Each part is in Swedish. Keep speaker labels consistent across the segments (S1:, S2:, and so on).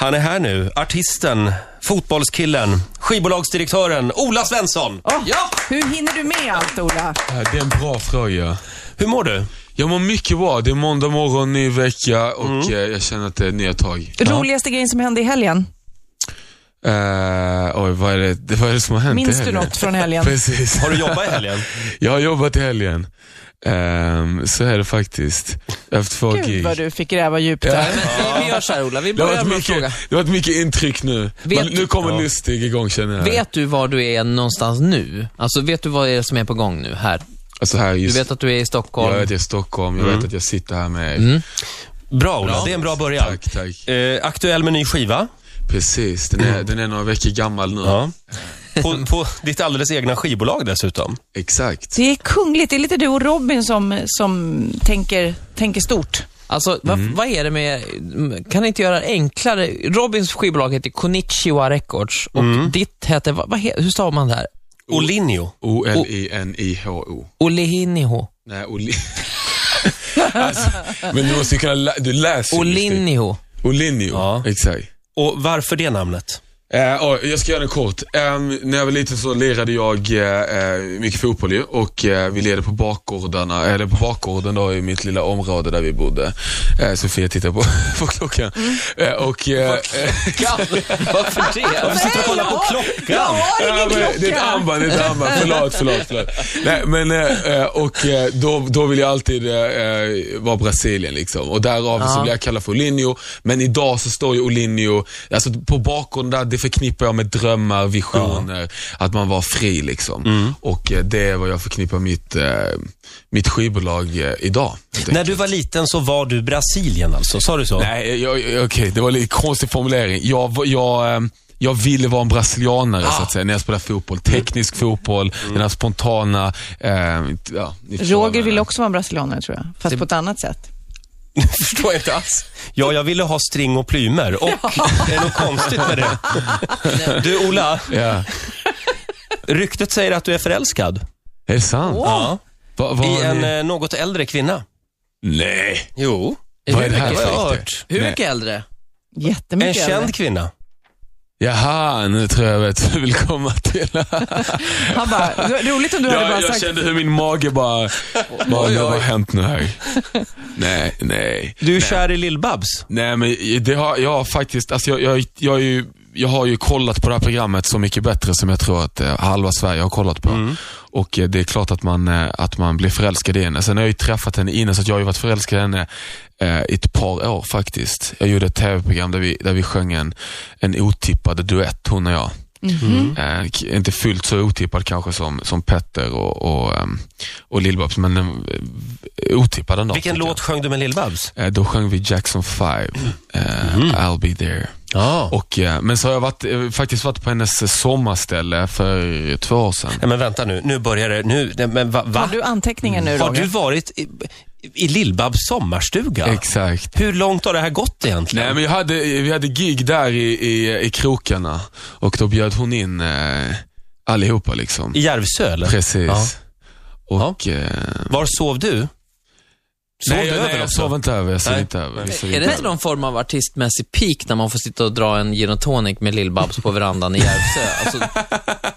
S1: Han är här nu. Artisten, fotbollskillen, skivbolagsdirektören Ola Svensson.
S2: Åh,
S1: Ja!
S2: Hur hinner du med allt, Ola?
S3: Ja, Det är en bra fråga.
S1: Hur mår du?
S3: Jag mår mycket bra. Det är måndag morgon, ny vecka och eh, jag känner att det är nya tag.
S2: Roligaste grejen som hände i helgen?
S3: Eh, oj, vad är, det, det- vad är det som har hänt
S2: Minns
S3: i
S2: du
S3: helgen?
S2: något från helgen?
S3: Precis.
S1: Har du jobbat i helgen?
S3: Jag har jobbat i helgen. Ehm, så är det faktiskt. Jag har haft två
S2: Gud
S3: gig.
S2: vad du fick gräva djupt
S3: Ja,
S2: där.
S3: men
S4: Vi, vi gör så här Ola, vi
S3: det har,
S4: börjar med
S3: varit
S4: att
S3: mycket,
S4: fråga.
S3: det har varit mycket intryck nu.
S4: Vet-
S3: Men nu kommer
S1: Ja.
S3: Lustig igång känner jag.
S4: Vet du var du är någonstans nu? Alltså vet du vad det är som är på gång nu här?
S3: Alltså här
S4: Du
S3: just,
S4: vet att du är i
S3: jag
S4: Stockholm.
S3: vet att jag är i Stockholm, jag vet att jag sitter här med er.
S1: Bra Ola, Mm. det är en bra början.
S3: Tack, tack.
S1: Eh, aktuell med ny skiva.
S3: Precis, den är, den är några veckor gammal nu.
S1: Ja. På, på ditt alldeles egna skivbolag dessutom.
S3: Exakt.
S2: Det är kungligt. Det är lite du och Robin som, som tänker, tänker stort.
S4: Alltså, vad, vad är det med... Kan ni inte göra det enklare? Robins skivbolag heter Konichiwa Records och ditt heter... Vad, vad, he- hur stavar man det här?
S1: Olinio.
S3: E O-L-I-N-I-H-O.
S4: Olihiniho.
S3: Nej, Oli... alltså, men du måste ju kunna... lä- du läser ju listor.
S4: Oliniho.
S3: Olinio.
S1: Ja.
S3: Exakt.
S1: Och varför det namnet?
S3: Eh, och jag ska göra den kort. Ehm, när jag var liten så lirade jag eh, eh, mycket fotboll ju och eh, vi lirade på bakgårdarna, eller på bakgården då i mitt lilla område där vi bodde. Eh, Sofia tittar på, på klockan. Eh, och, eh,
S4: Varför det?
S1: Sitter och kollar på klockan.
S2: Jag har
S3: Ja,
S2: ingen
S3: men Det är ett
S2: klocka.
S3: armband, det är ett armband. Förlåt, förlåt, förlåt. Nej, men, eh, eh, och eh, då, då vill jag alltid eh, eh, vara Brasilien liksom. Och därav så blir jag kallad för Olinho. Men idag så står ju Olinho, alltså på bakgrunden där, det förknippar jag med drömmar, visioner, att man var fri liksom. Och eh, det är vad jag förknippar mitt, eh, mitt skivbolag eh, idag. helt
S1: När du var liten så var du Brasilien alltså, sa du så?
S3: Nej, jag, jag, okej, det var lite konstig formulering. Jag, var- jag, ehm, jag ville vara en brasilianare så att säga, när jag spelade fotboll. Teknisk fotboll, den här spontana... ehm, t- ja, ni förstår vad jag
S2: Roger vill
S3: menar.
S2: också vara en brasilianare tror jag, fast på ett annat sätt.
S1: förstår inte alls. Ja, jag ville ha string och plymer och det är något konstigt med det. Du Ola,
S3: Ja.
S1: ryktet säger att du är förälskad.
S3: Är det sant?
S1: Ja.
S3: Va, va,
S1: I en
S3: ni...
S1: eh, något äldre kvinna.
S3: Nej,
S1: Jo,
S3: vad är det här
S1: det har jag
S3: för rykte?
S1: hört.
S4: Hur
S3: Nej.
S4: mycket äldre?
S1: En
S2: Jättemycket äldre.
S1: känd kvinna.
S3: Jaha, nu tror jag jag vet vad du vill komma till.
S2: Han bara, "Det var roligt om du hade bara
S3: jag, jag
S2: sagt,
S3: kände hur min mage bara... bara "Nu, Vad har hänt nu här? Nej, nej.
S1: Du är kär i Lill-Babs.
S3: Nej men det har, jag har faktiskt, alltså jag, jag, jag, är ju, jag har ju kollat på det här programmet Så mycket bättre som jag tror att eh, halva Sverige har kollat på.
S1: Mm.
S3: Och eh, det är klart att man, eh, att man blir förälskad i henne. Sen har jag ju träffat henne innan så att jag har ju varit förälskad i henne eh, i ett par år faktiskt. Jag gjorde ett tv-program där vi, där vi sjöng en, en otippad duett, hon och jag.
S1: Mm.
S3: Eh, k- inte fullt så otippad kanske som, som Petter och, och, ehm, och Lill-Babs, men eh, otippad ändå.
S1: Vilken
S3: tycker jag.
S1: låt sjöng du med Lill-Babs?
S3: Eh, Då sjöng vi Jackson 5, eh,
S1: Mhm.
S3: I'll be there.
S1: Ja.
S3: Och, eh, men så har jag varit, eh, faktiskt varit på hennes eh, sommarställe för två år sedan.
S1: Nej, men vänta nu, nu börjar det. Nu, nej, men va? va?
S2: har du anteckningar
S3: Mm.
S2: nu
S1: Har du
S2: Roger?
S1: varit i, i Lill-Babs sommarstuga?
S3: Exakt.
S1: Hur långt har det här gått egentligen?
S3: Nej men jag hade, vi hade gig där i, i, i krokarna och då bjöd hon in eh, allihopa liksom.
S1: I Järvsö eller?
S3: Precis.
S1: Ja.
S3: Och... Eh,
S1: Var sov du? Sov
S3: nej,
S1: du
S3: jag,
S1: över
S3: nej, jag
S1: också?
S3: sov inte över. Jag sov
S1: Nej.
S3: inte över. vi sov
S4: Är det
S3: inte
S4: inte någon form av artistmässig peak när man får sitta och dra en gin och tonic med Lill-Babs på verandan i Järvsö? Alltså,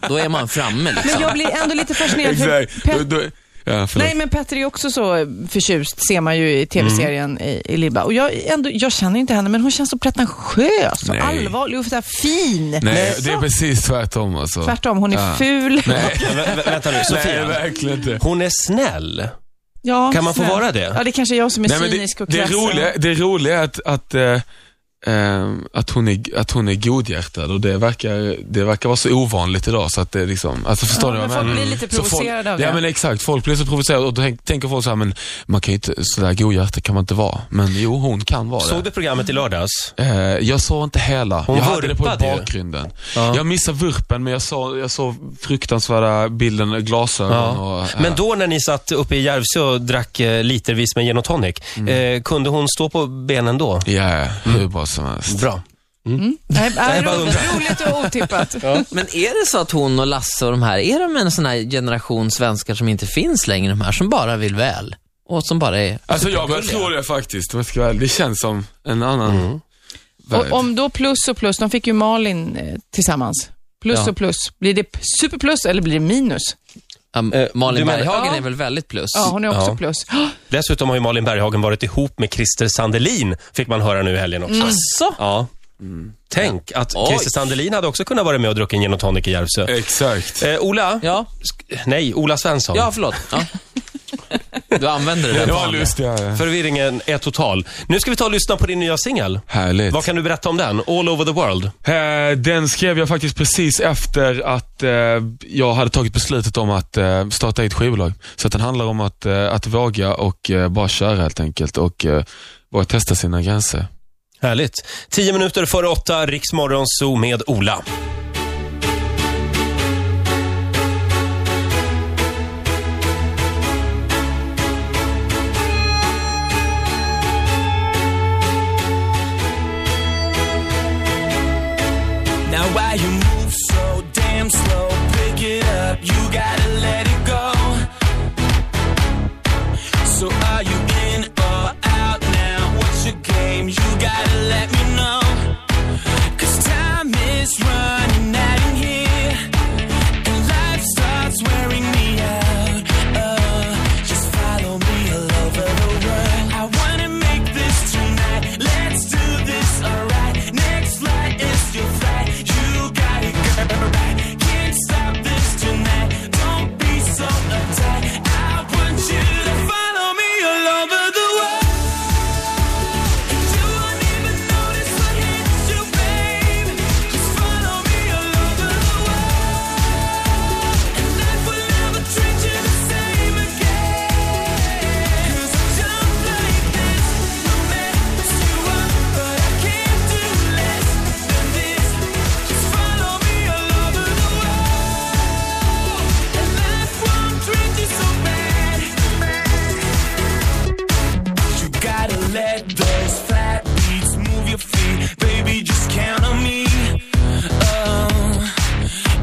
S4: då är man framme liksom.
S2: Men jag blir ändå lite fascinerad. för
S3: över.
S2: Pet-
S3: Exakt. Då, då, ja, förlåt.
S2: Nej, men Petter är också så förtjust, ser man ju i tv-serien
S3: Mm.
S2: i, i Libba. Och jag, ändå, jag känner inte henne, men hon känns så pretentiös och
S3: Nej.
S2: allvarlig och så här fin.
S3: nej, det är precis tvärtom alltså.
S2: Tvärtom, hon är
S3: Ja.
S2: ful.
S3: Nej,
S1: Vä- vä- vänta nu,
S3: nej,
S1: Sofia.
S3: verkligen inte.
S1: Hon är snäll.
S2: Ja,
S1: Kan man få
S2: snäll.
S1: vara det?
S2: Ja, det är kanske är jag som är
S3: men
S2: cynisk
S3: det,
S2: och
S3: det,
S2: krass.
S3: roliga, det roliga är att, att, eh, ehm, att, hon är, att hon är godhjärtad och det verkar, det verkar vara så ovanligt idag så att det är liksom, alltså förstår
S2: Ja,
S3: ni vad
S2: men
S3: jag
S2: folk
S3: menar?
S2: blir lite
S3: Så
S2: provocerade
S3: folk,
S2: av det.
S3: Ja men exakt, folk blir så provocerade och då tänk, tänker folk så här, men man kan ju inte, sådär godhjärtad kan man inte vara. Men jo, hon kan vara det.
S1: Såg du programmet i lördags?
S3: Eh, jag såg inte hela.
S1: Hon
S3: jag hade det på
S1: vurpade ju.
S3: bakgrunden. Jag missade vurpen men jag såg, jag såg fruktansvärda bilden, glasögon och... eh,
S1: Men då när ni satt uppe i Järvsö och drack eh, litervis med gin och tonic, eh, kunde hon stå på benen då?
S3: Ja, ja, hur bra som helst.
S1: Bra.
S2: Nej, nej,
S1: är bara
S2: roligt, roligt och otippat.
S4: Men är det så att hon och Lasse och de här, är de en sån här generation svenskar som inte finns längre, de här som bara vill väl? Och som bara är...
S3: Alltså jag börjar tro det faktiskt, om jag ska vara ärlig. Det känns som en annan
S2: Och
S3: Väldigt.
S2: om då plus och plus, de fick ju Malin eh, tillsammans. Plus
S4: Ja.
S2: och plus. Blir det p- superplus eller blir det minus?
S4: Um,
S1: Eh,
S4: Malin
S1: du menar-
S4: Berghagen
S2: Ja.
S4: är väl väldigt plus?
S2: Ja, hon är också
S1: Ja.
S2: plus. Åh,
S1: Dessutom har ju Malin Berghagen varit ihop med Christer Sandelin, fick man höra nu i helgen också.
S2: Så.
S1: Ja. Tänk att
S4: Oj.
S1: Christer Sandelin hade också kunnat vara med och druckit en gin och tonic i Järvsö.
S3: Exakt.
S1: Eh, Ola?
S4: Ja,
S1: Sk- Nej, Ola Svensson.
S4: ja förlåt. Ja. Du använder det där.
S3: Det
S4: på
S3: var
S4: andra.
S3: lustigare.
S1: Förvirringen är total. Nu ska vi ta och lyssna på din nya singel.
S3: Härligt.
S1: Vad kan du berätta om den? All over the world.
S3: Eh, Den skrev jag faktiskt precis efter att eh, jag hade tagit beslutet om att eh, starta eget skivbolag. Så att den handlar om att, eh, att våga och eh, bara köra helt enkelt och eh, bara testa sina gränser.
S1: Härligt. Tio minuter före åtta, Riksmorgon Zoo med Ola.
S5: Now why you move so damn slow? Pick it up, you gotta let it go. So are you in or out now? What's your game? You gotta let me know. Cause time is running out in here. And life starts wearing me out. Uh, just follow me all over the world. I wanna make this tonight. Let's do this alright. Next flight is your flight. You got it, girl. Right. Can't stop this tonight. Don't be so uptight. I want you to follow me all over the world. And you won't even notice what hits you, babe. Just follow me all over the world. Life will never treat you the same again. 'Cause I don't like this, no mess you up, but I can't do less than this. Just follow me all over the world, and life won't treat you so bad. You gotta let those flat beats move your feet, baby. Just count on me. Oh.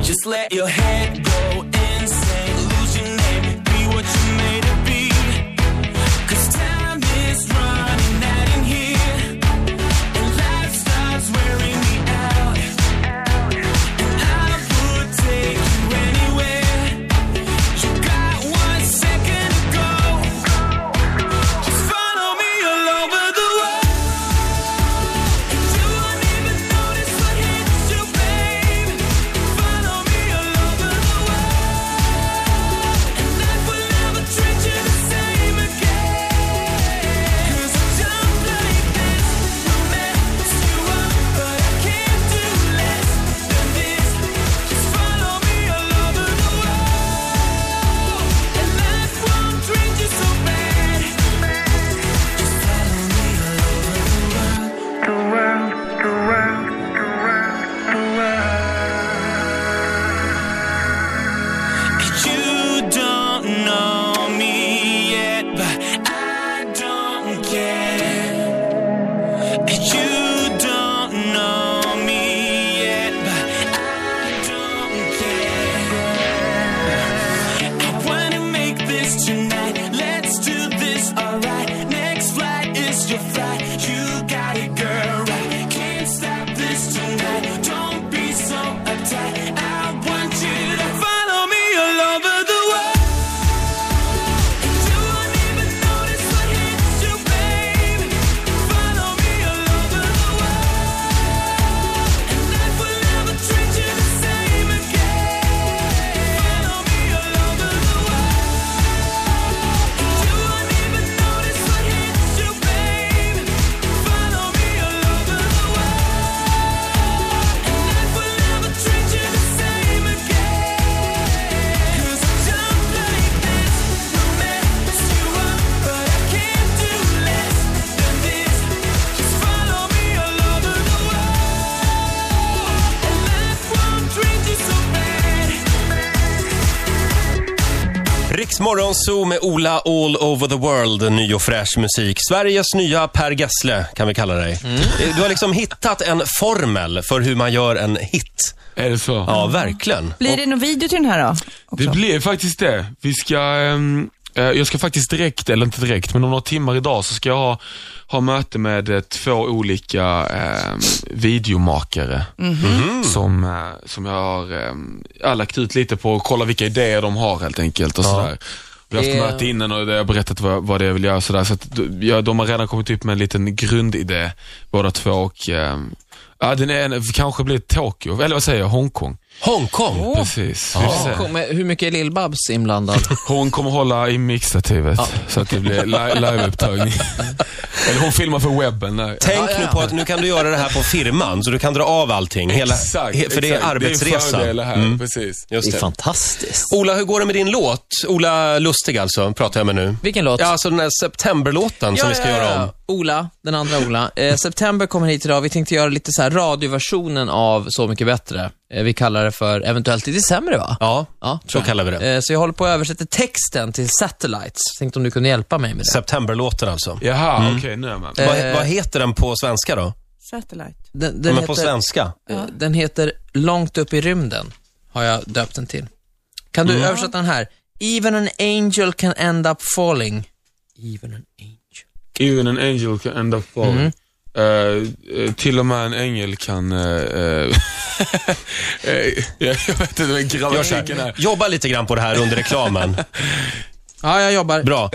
S5: Just let your head go insane. Lose your name, be what you made to be. Cause time is running out in here. And life starts wearing me out. And I would take you anywhere. You got one second to go. Just follow me all over the world. And you won't even notice what hits you, babe. Follow me all over the world, and life will never treat you the same again. 'Cause I don't like this, no mess you up, but I can't do less than this. Just follow me all over the world, and life won't treat you so bad. Just follow me all over the world.
S6: the world, the world, the world, the world.
S5: You don't know me yet, but I don't care. You don't know me yet, but I don't care. I wanna make this tonight. Let's do this alright. Next flight is your flight. You got it, girl. Right? Can't stop this tonight. Don't be so uptight. I want you to follow me all over the world. And you won't even notice what hits you, babe. Follow me all over the world, and life will never treat you the same again. Follow me all over the world. You won't even notice what hits you, babe. Follow me all over the world, and life will never treat you the same again. 'Cause I don't like this, no mess you up, but I can't do less than this. Just follow me all over the world, and life won't treat you so bad.
S1: Riksmorgon Zoo med Ola All Over The World, ny och fräsch musik. Sveriges nya Per Gessle kan vi kalla dig. Du har liksom hittat en formel för hur man gör en hit.
S3: Är det så?
S1: Ja, verkligen.
S2: Blir det någon video till den här då?
S3: Det blir faktiskt det. Vi ska, ehm, Eh, Jag ska faktiskt direkt, eller inte direkt, men om några timmar idag så ska jag ha, ha möte med eh, två olika eh, videomakare som, eh, som jag har eh, jag har lagt ut lite på och kolla vilka idéer de har helt enkelt och sådär. Vi har haft
S4: Det-
S3: möte innan och jag har berättat vad, vad det är jag vill göra och sådär. Så att, ja, de har redan kommit upp med en liten grundidé båda två och eh, ja, den ena kanske blir Tokyo, eller vad säger jag, Hongkong.
S1: Hongkong.
S3: Precis, vi får se.
S4: Kom, men hur mycket är Lill-Babs inblandad?
S3: Hon kommer hålla i mixstativet så att det blir li- liveupptagning. Eller hon filmar för webben. Där.
S1: Tänk nu på att nu kan du göra det här på firman, så du kan dra av allting. Hela, he- för det är Mm.
S3: Det är
S1: arbetsresan.
S3: fördelar här, precis.
S1: Just
S7: Det är
S1: det.
S7: fantastiskt.
S4: Oh,
S1: Ola, hur går det med din låt? Ola Lustig alltså, pratar jag med nu.
S4: Vilken låt?
S1: Ja, alltså den här septemberlåten som vi ska göra om.
S4: Ola, den andra Ola. Eh, September kommer hit idag. Vi tänkte göra lite så här radioversionen av Så mycket bättre. Eh, vi kallar det för eventuellt i december va?
S1: Ja,
S4: Ja, tror
S1: så
S4: jag.
S1: kallar vi det.
S4: Eh, så jag håller på att översätta texten till Satellites. Tänkte om du kunde hjälpa mig med det.
S1: Septemberlåten alltså.
S3: Jaha, okej nu är jag med.
S1: Vad, vad heter den på svenska då?
S2: Satellite.
S4: Den,
S1: Den
S4: den,
S1: Men på
S4: heter,
S1: svenska?
S4: eh, den heter Långt upp i rymden, har jag döpt den till. Kan du
S1: Mm.
S4: översätta den här? Even an angel can end up falling. Even an angel.
S3: Even an angel can end up falling.
S1: Mm.
S3: Eh, eh, till och med en ängel kan... eh, eh, eh, jag vet inte, men
S1: Gör så
S3: grammatiken
S1: här.
S3: här.
S1: Jobba lite grann på det här under reklamen.
S4: Ja, jag jobbar.
S1: Bra.